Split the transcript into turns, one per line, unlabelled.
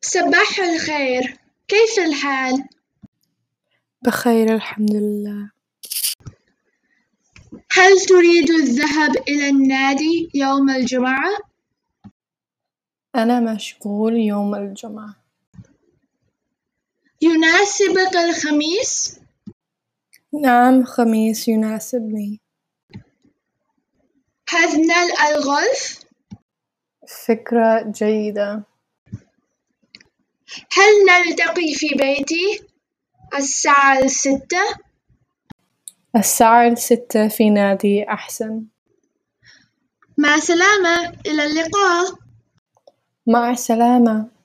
صباح الخير. كيف الحال؟
بخير الحمد لله.
هل تريد الذهاب إلى النادي يوم الجمعة؟
أنا مشغول يوم الجمعة.
يناسبك الخميس؟
نعم، خميس يناسبني.
هل نلعب الغولف؟
فكرة جيدة.
هل نلتقي في بيتي الساعة الستة؟
الساعة الستة في نادي أحسن.
مع السلامة، إلى اللقاء.
مع السلامة.